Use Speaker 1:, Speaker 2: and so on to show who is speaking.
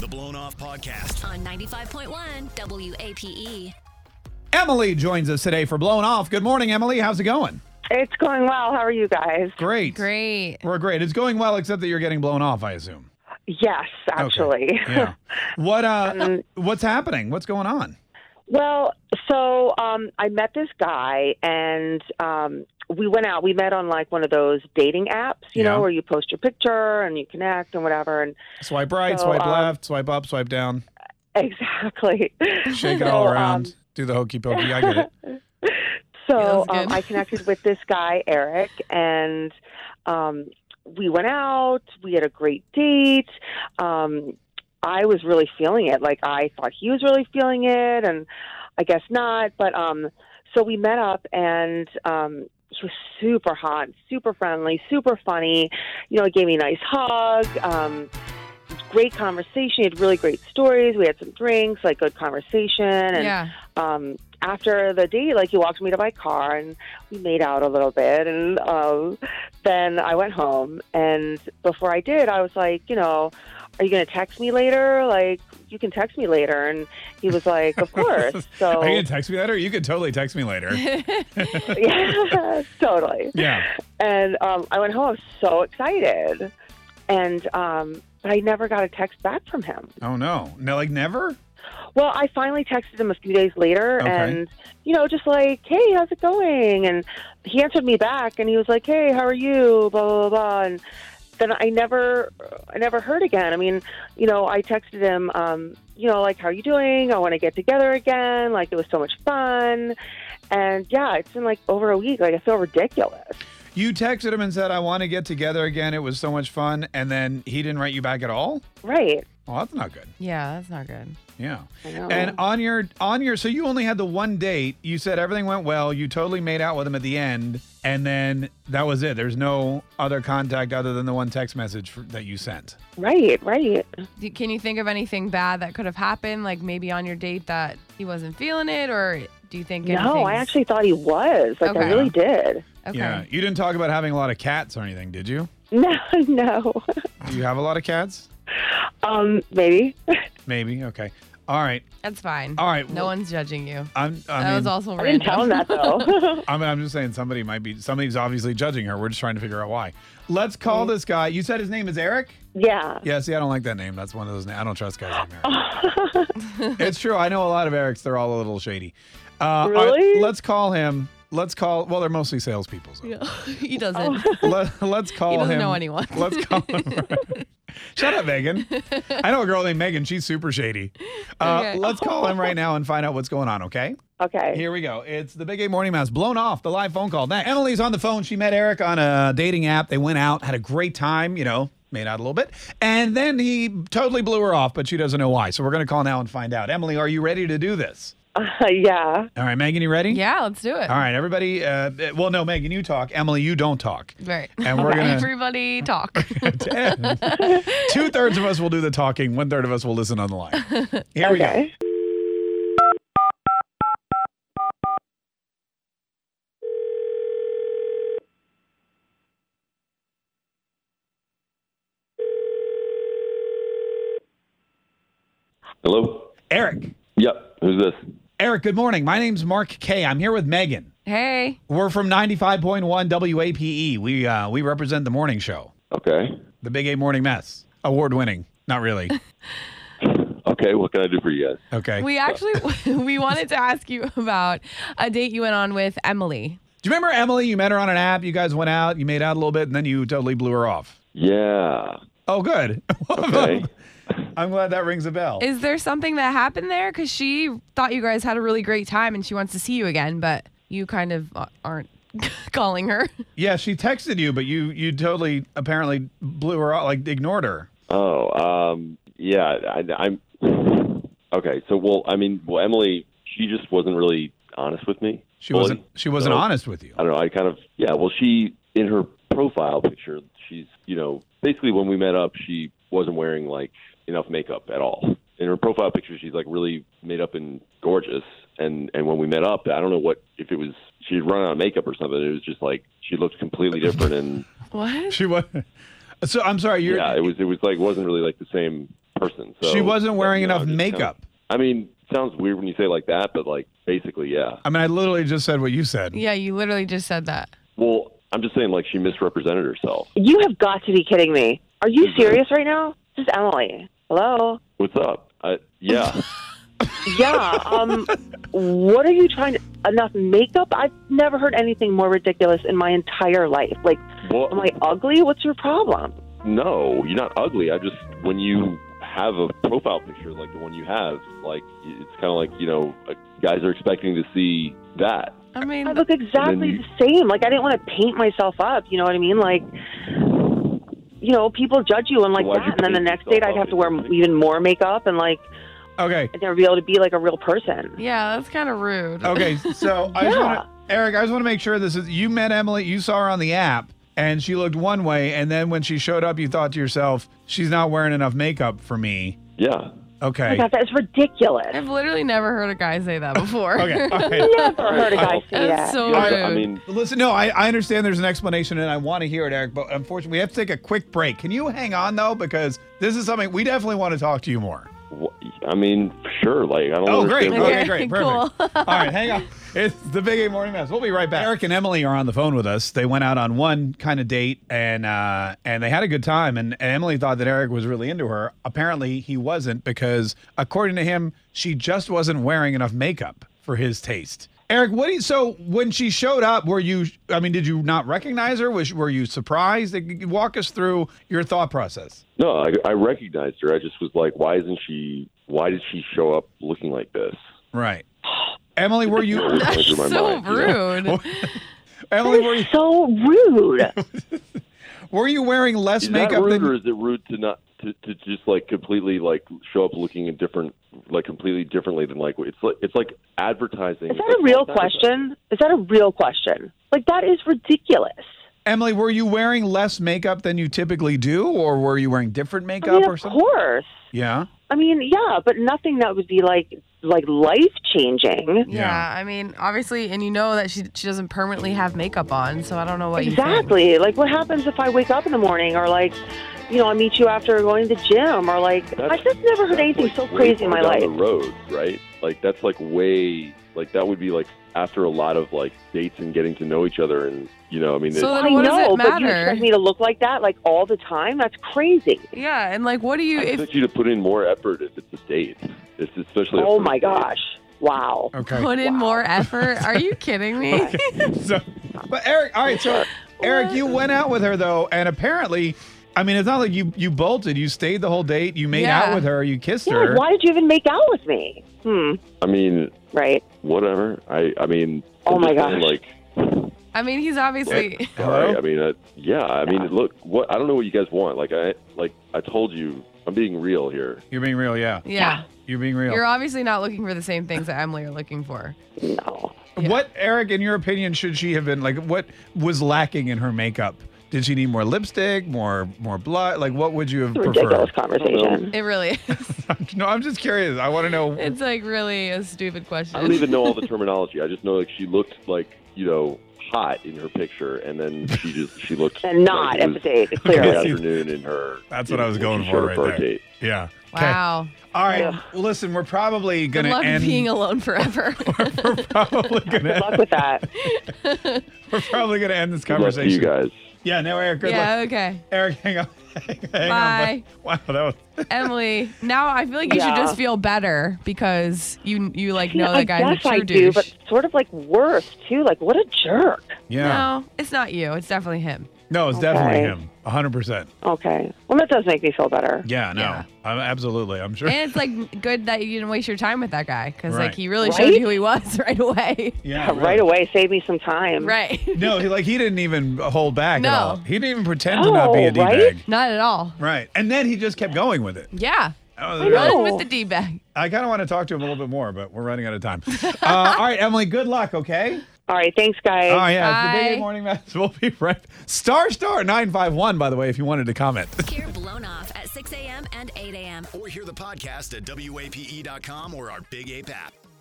Speaker 1: The Blown Off Podcast.
Speaker 2: on 95.1 WAPE.
Speaker 3: Emily joins us today for Blown Off. Good morning, Emily. How's it going?
Speaker 4: It's going well. How are you guys?
Speaker 3: Great.
Speaker 5: Great.
Speaker 3: We're great. It's going well, except that you're getting blown off, I assume.
Speaker 4: Yes,
Speaker 3: Okay.
Speaker 4: actually.
Speaker 3: Yeah. What uh
Speaker 4: Um,
Speaker 3: what's happening? What's going on?
Speaker 4: well, so um, I met this guy, and um, we went out. We met on like one of those dating apps, you
Speaker 3: Yeah.
Speaker 4: know, where you post your picture and you connect and whatever. And
Speaker 3: Swipe right,
Speaker 4: So,
Speaker 3: swipe
Speaker 4: um,
Speaker 3: left, swipe up, swipe down,
Speaker 4: exactly.
Speaker 3: shake it all
Speaker 4: So, um,
Speaker 3: around, do the hokey pokey. I get it.
Speaker 4: So
Speaker 5: Feels good.
Speaker 4: um, I connected with this guy, Eric, and um, we went out. We had a great date. Um, I was really feeling it. Like, I thought he was really feeling it, and I guess not. But um, so we met up, and um, he was super hot, super friendly, super funny. You know, he gave me a nice hug. Um, great conversation. He had really great stories. We had some drinks, like good conversation. And
Speaker 5: Yeah.
Speaker 4: um, after the date, like he walked me to my car and we made out a little bit, and um, then I went home. And before I did, I was like, you know, are you gonna text me later? Like, you can text me later. And he was like, of course.
Speaker 3: Are you
Speaker 4: So
Speaker 3: gonna text me later? You could totally text me later.
Speaker 4: yeah, totally.
Speaker 3: yeah.
Speaker 4: And um, I went home. I was so excited, and um, but I never got a text back from him.
Speaker 3: Oh no. No, like never?
Speaker 4: Well, I finally texted him a few days later
Speaker 3: Okay.
Speaker 4: and, you know, just like, hey, how's it going? And he answered me back and he was like, hey, how are you? Blah, blah, blah, blah. And then I never, I never heard again. I mean, you know, I texted him, um, you know, like, how are you doing? I want to get together again. Like, it was so much fun. And yeah, it's been like over a week. Like, I feel ridiculous.
Speaker 3: You texted him and said, I want to get together again. It was so much fun. And then he didn't write you back at all?
Speaker 4: Right.
Speaker 3: Well, that's not good.
Speaker 5: Yeah, that's not good.
Speaker 3: Yeah.
Speaker 4: I know.
Speaker 3: And
Speaker 5: Oh.
Speaker 3: on your on your so you only had the one date. You said everything went well. You totally made out with him at the end, and then that was it. There's no other contact other than the one text message for, that you sent.
Speaker 4: right, right.
Speaker 5: Do- Can you think of anything bad that could have happened, like maybe on your date that he wasn't feeling it, or do you think?
Speaker 4: No, I
Speaker 5: anything's-
Speaker 4: actually thought he was. Like, I
Speaker 5: Okay.
Speaker 4: really did.
Speaker 5: Okay.
Speaker 3: Yeah. You didn't talk about having a lot of cats or anything, did you?
Speaker 4: No, no.
Speaker 3: Do you have a lot of cats?
Speaker 4: Um, maybe.
Speaker 3: Maybe. Okay. All right.
Speaker 5: That's fine.
Speaker 3: All right.
Speaker 5: No one's judging you.
Speaker 3: I'm. Oh. I
Speaker 5: that
Speaker 3: mean,
Speaker 5: was also
Speaker 4: I
Speaker 5: random.
Speaker 4: didn't tell him that though.
Speaker 3: I mean, I'm just saying somebody might be somebody's obviously judging her. We're just trying to figure out why. Let's call this guy. You said his name is Eric.
Speaker 4: yeah.
Speaker 3: Yeah, see, I don't like that name. That's one of those. Na- I don't trust guys like Eric. it's true. I know a lot of Erics. They're all a little shady. Uh, all right,
Speaker 4: Really?
Speaker 3: let's call him. Let's call. Well, they're mostly salespeople. So.
Speaker 5: he doesn't.
Speaker 4: Oh.
Speaker 3: Let, us call
Speaker 5: He doesn't
Speaker 3: him.
Speaker 5: know anyone.
Speaker 3: Let's call him. Shut up, Megan. I know a girl named Megan. She's super shady. Uh,
Speaker 5: Okay.
Speaker 3: Let's call him right now and find out what's going on. Okay.
Speaker 4: Okay.
Speaker 3: Here we go. It's the Big Eight Morning Mouse blown off the live phone call. Now, Emily's on the phone. She met Eric on a dating app. They went out, had a great time, you know, made out a little bit. And then he totally blew her off, but she doesn't know why. So we're going to call now and find out. Emily, are you ready to do this?
Speaker 4: Uh, yeah.
Speaker 3: All right, Megan, you ready?
Speaker 5: yeah, let's do it.
Speaker 3: All right, everybody. Uh, well, no, Megan, you talk. Emily, you don't talk.
Speaker 5: Right.
Speaker 3: And we're going to.
Speaker 5: Everybody talk.
Speaker 3: Two thirds of us will do the talking, one third of us will listen on the line. Here we go.
Speaker 4: Okay.
Speaker 6: Hello?
Speaker 3: Eric.
Speaker 6: Yep. Who's this?
Speaker 3: Eric, good morning. My name's Mark Kay. I'm here with Megan.
Speaker 5: hey.
Speaker 3: We're from 95.1 WAPE. We uh, we represent the morning show,
Speaker 6: Okay.
Speaker 3: the Big A Morning Mess, award winning. Not really.
Speaker 6: Okay. What can I do for you guys?
Speaker 3: Okay.
Speaker 5: We actually we wanted to ask you about a date you went on with Emily.
Speaker 3: Do you remember Emily? You met her on an app. You guys went out. You made out a little bit, and then you totally blew her off.
Speaker 6: Yeah.
Speaker 3: Oh, good.
Speaker 6: Okay.
Speaker 3: I'm glad that rings a bell.
Speaker 5: Is there something that happened there? Because she thought you guys had a really great time and she wants to see you again, but you kind of a- aren't calling her.
Speaker 3: yeah, she texted you, but you you totally apparently blew her off, like ignored her.
Speaker 6: oh, um, yeah. I, I'm okay. So, well, I mean, well, Emily, she just wasn't really honest with me.
Speaker 3: She
Speaker 6: Well,
Speaker 3: wasn't she wasn't
Speaker 6: so-
Speaker 3: honest with you.
Speaker 6: I don't know. I kind of, yeah. Well, she, in her profile picture, she's, you know, basically when we met up, she wasn't wearing like enough makeup at all. In her profile picture, she's like really made up and gorgeous. And and when we met up, I don't know what if it was she had run out of makeup or something. It was just like she looked completely different and
Speaker 5: What?
Speaker 3: She was. So I'm sorry. You're
Speaker 6: yeah, it was it was like wasn't really like the same person. So
Speaker 3: She wasn't wearing
Speaker 6: you know,
Speaker 3: enough
Speaker 6: it just
Speaker 3: makeup.
Speaker 6: sounds- I mean, sounds weird when you say it like that, but like basically, yeah.
Speaker 3: I mean, I literally just said what you said.
Speaker 5: Yeah, you literally just said that.
Speaker 6: Well, I'm just saying like she misrepresented herself.
Speaker 4: You have got to be kidding me. Are you serious right now? This is Emily. Hello?
Speaker 6: What's up? I, yeah.
Speaker 4: Yeah. Um, what are you trying to. Enough makeup? I've never heard anything more ridiculous in my entire life. Like,
Speaker 6: well,
Speaker 4: am I ugly? What's your problem?
Speaker 6: no, you're not ugly. I just when you have a profile picture like the one you have, like it's kind of like you know guys are expecting to see that.
Speaker 5: I mean,
Speaker 4: I look exactly
Speaker 6: you-
Speaker 4: the same. Like, I didn't want to paint myself up. You know what I mean? Like, you know, people judge you and like
Speaker 6: Why'd
Speaker 4: that.
Speaker 6: you
Speaker 4: And then the
Speaker 6: paint
Speaker 4: next
Speaker 6: yourself
Speaker 4: date, I'd
Speaker 6: up
Speaker 4: have to
Speaker 6: in
Speaker 4: wear
Speaker 6: your picture?
Speaker 4: even more makeup and like,
Speaker 3: Okay.
Speaker 4: I'd never be able to be like a real person.
Speaker 5: yeah, that's kind of rude.
Speaker 6: Oh.
Speaker 3: Okay. So I just
Speaker 4: Yeah.
Speaker 3: want to, Eric, I just want to make sure this is, you met Emily, you saw her on the app, and she looked one way. And then when she showed up, you thought to yourself, she's not wearing enough makeup for me.
Speaker 6: Yeah.
Speaker 3: Okay.
Speaker 4: God, that's ridiculous.
Speaker 5: I've literally never heard a guy say that before.
Speaker 3: Okay. All right.
Speaker 4: never heard a guy say
Speaker 5: Oh,
Speaker 4: that.
Speaker 5: That's so
Speaker 6: Yeah,
Speaker 5: rude.
Speaker 6: I mean,
Speaker 3: Listen, no, I, I understand there's an explanation and I want to hear it, Eric, but unfortunately, we have to take a quick break. Can you hang on, though? Because this is something we definitely want to talk to you more.
Speaker 6: wh- I mean, sure. Like I don't.
Speaker 3: Oh, great.
Speaker 6: understand why-
Speaker 3: Okay,
Speaker 5: Okay,
Speaker 3: great.
Speaker 5: cool.
Speaker 3: Perfect. All right, hang on. It's the Big A Morning Mess. We'll be right back. Eric and Emily are on the phone with us. They went out on one kind of date and uh, and they had a good time. And, and Emily thought that Eric was really into her. Apparently, he wasn't because, according to him, she just wasn't wearing enough makeup for his taste. Eric, what do you, so when she showed up, were you, I mean, did you not recognize her? Was, were you surprised? Walk us through your thought process.
Speaker 6: No, I, I recognized her. I just was like, why isn't she? Why did she show up looking like this?
Speaker 3: Right. Emily, were you,
Speaker 6: That's
Speaker 5: so rude.
Speaker 3: Emily, were you,
Speaker 4: so rude.
Speaker 3: Were you wearing less
Speaker 6: Is that
Speaker 3: makeup
Speaker 6: rude,
Speaker 3: than
Speaker 6: or is it rude to not to, to just like completely like show up looking in different, like completely differently than like it's like it's like advertising.
Speaker 4: Is
Speaker 6: It's
Speaker 4: that a
Speaker 6: like
Speaker 4: real
Speaker 6: false advertising.
Speaker 4: question? Is that a real question? Like that is ridiculous.
Speaker 3: Emily? Were you wearing less makeup than you typically do, or were you wearing different
Speaker 4: I
Speaker 3: makeup
Speaker 4: mean,
Speaker 3: or
Speaker 4: of
Speaker 3: something?
Speaker 4: course.
Speaker 3: Yeah.
Speaker 4: I mean, yeah, but nothing that would be like like life changing.
Speaker 5: Yeah.
Speaker 3: Yeah.
Speaker 5: I mean, obviously, and you know that she she doesn't permanently have makeup on, so I don't know what you think.
Speaker 4: Exactly. Like what happens if I wake up in the morning or like you know, I meet you after going to the gym or like
Speaker 6: That's-
Speaker 4: I've just never heard
Speaker 6: That's,
Speaker 4: anything
Speaker 6: like,
Speaker 4: so
Speaker 6: way
Speaker 4: crazy in my
Speaker 6: far
Speaker 4: life.
Speaker 6: down The road, right? Like that's like way like that would be like after a lot of like dates and getting to know each other, and you know, I mean,
Speaker 5: So
Speaker 6: it-
Speaker 5: then
Speaker 4: I
Speaker 5: what does
Speaker 4: know,
Speaker 5: it
Speaker 4: but you expect
Speaker 5: matter?
Speaker 4: me to look like that like all the time? That's crazy.
Speaker 5: Yeah, and like, what do you?
Speaker 6: I
Speaker 5: If
Speaker 6: expect you to put in more effort if it's a date. It's especially. a
Speaker 4: Oh
Speaker 6: first
Speaker 4: my
Speaker 6: date.
Speaker 4: gosh. Wow.
Speaker 3: Okay.
Speaker 5: put in more effort, are you kidding me?
Speaker 3: so, but Eric, all right. So, Eric, you went out with her though, and apparently, I mean, it's not like you you bolted. You stayed the whole date. You made out
Speaker 5: Yeah.
Speaker 3: with her. You kissed
Speaker 4: Yeah,
Speaker 3: her.
Speaker 4: why did you even make out with me? Hmm.
Speaker 6: I mean,
Speaker 4: Right.
Speaker 6: whatever. I I mean.
Speaker 4: Oh
Speaker 6: I'm
Speaker 4: my
Speaker 6: just saying,
Speaker 4: gosh.
Speaker 6: Like.
Speaker 5: I mean, he's obviously.
Speaker 6: Sorry,
Speaker 3: Hello?
Speaker 6: I mean, uh, yeah. I mean, look, what I don't know what you guys want. Like I, like I told you, I'm being real here.
Speaker 3: You're being real. Yeah.
Speaker 5: Yeah.
Speaker 3: You're being real.
Speaker 5: You're obviously not looking for the same things that Emily are looking for.
Speaker 4: No.
Speaker 3: What, Eric, in your opinion, should she have been like? What was lacking in her makeup? Did she need more lipstick, more more blood? Like, what would you have
Speaker 4: It's a
Speaker 3: preferred?
Speaker 4: ridiculous conversation.
Speaker 5: It really is.
Speaker 3: no, I'm just curious. I want to know.
Speaker 5: It's like really a stupid
Speaker 6: I don't
Speaker 5: question.
Speaker 6: even know all the terminology. I just know like she looked like you know hot in her picture, and then she just she looked
Speaker 4: And not
Speaker 6: like, it
Speaker 4: at the
Speaker 6: was
Speaker 4: date,
Speaker 6: Friday
Speaker 4: clearly.
Speaker 6: afternoon in her.
Speaker 3: That's
Speaker 6: you
Speaker 3: what I
Speaker 6: know,
Speaker 3: was
Speaker 6: when
Speaker 3: going
Speaker 6: she
Speaker 3: for
Speaker 6: showed up
Speaker 3: right
Speaker 6: our
Speaker 3: there.
Speaker 6: date.
Speaker 3: Yeah. 'Kay.
Speaker 5: Wow.
Speaker 3: All right.
Speaker 4: Ugh.
Speaker 3: Well, listen, we're probably
Speaker 5: Good
Speaker 3: gonna
Speaker 5: luck
Speaker 3: end.
Speaker 5: being alone forever.
Speaker 3: we're probably
Speaker 4: Good
Speaker 3: gonna
Speaker 4: luck with that.
Speaker 3: we're probably gonna end this
Speaker 6: Good luck to
Speaker 3: conversation.
Speaker 6: you guys.
Speaker 3: Yeah. No, Eric. Good
Speaker 5: yeah.
Speaker 3: luck.
Speaker 5: Okay.
Speaker 3: Eric, hang on. hang
Speaker 5: Bye.
Speaker 3: on. Wow, that was.
Speaker 5: Emily, now I feel like you
Speaker 4: Yeah.
Speaker 5: should just feel better because you you like know
Speaker 4: I
Speaker 5: that guy's a
Speaker 4: guess
Speaker 5: true
Speaker 4: I
Speaker 5: douche.
Speaker 4: do, but sort of like worse too. Like what a jerk.
Speaker 5: No, it's not you. It's definitely him.
Speaker 3: No, it's definitely
Speaker 4: Okay.
Speaker 3: him. 100. percent
Speaker 4: Okay. Well, that does make me feel better.
Speaker 3: Yeah. No.
Speaker 5: Yeah.
Speaker 3: I'm, absolutely. I'm sure.
Speaker 5: And it's like good that you didn't waste your time with that guy because
Speaker 3: Right.
Speaker 5: like he really showed
Speaker 4: Right?
Speaker 5: you who he was right away.
Speaker 3: yeah.
Speaker 4: Right, away, save me some time.
Speaker 5: Right.
Speaker 3: No, he, like he didn't even hold back
Speaker 5: No.
Speaker 3: at all. He didn't even pretend to not be a d
Speaker 4: No, right?
Speaker 3: bag.
Speaker 5: Not at all.
Speaker 3: Right. And then he just kept going with it.
Speaker 5: Yeah.
Speaker 3: Oh,
Speaker 4: know.
Speaker 5: Run
Speaker 4: No.
Speaker 5: with the D bag.
Speaker 3: I kind of want to talk to him a little bit more, but we're running out of time. Uh, all right, Emily. Good luck. Okay.
Speaker 4: All right. Thanks, guys.
Speaker 3: Oh yeah, it's the Big A
Speaker 5: Bye.
Speaker 3: Morning Mass. We'll be right. Star Star nine five one. By the way, if you wanted to comment.
Speaker 2: Hear Blown Off at 6 a.m. and 8 a.m.
Speaker 1: Or hear the podcast at WAPE.com or our Big Ape app.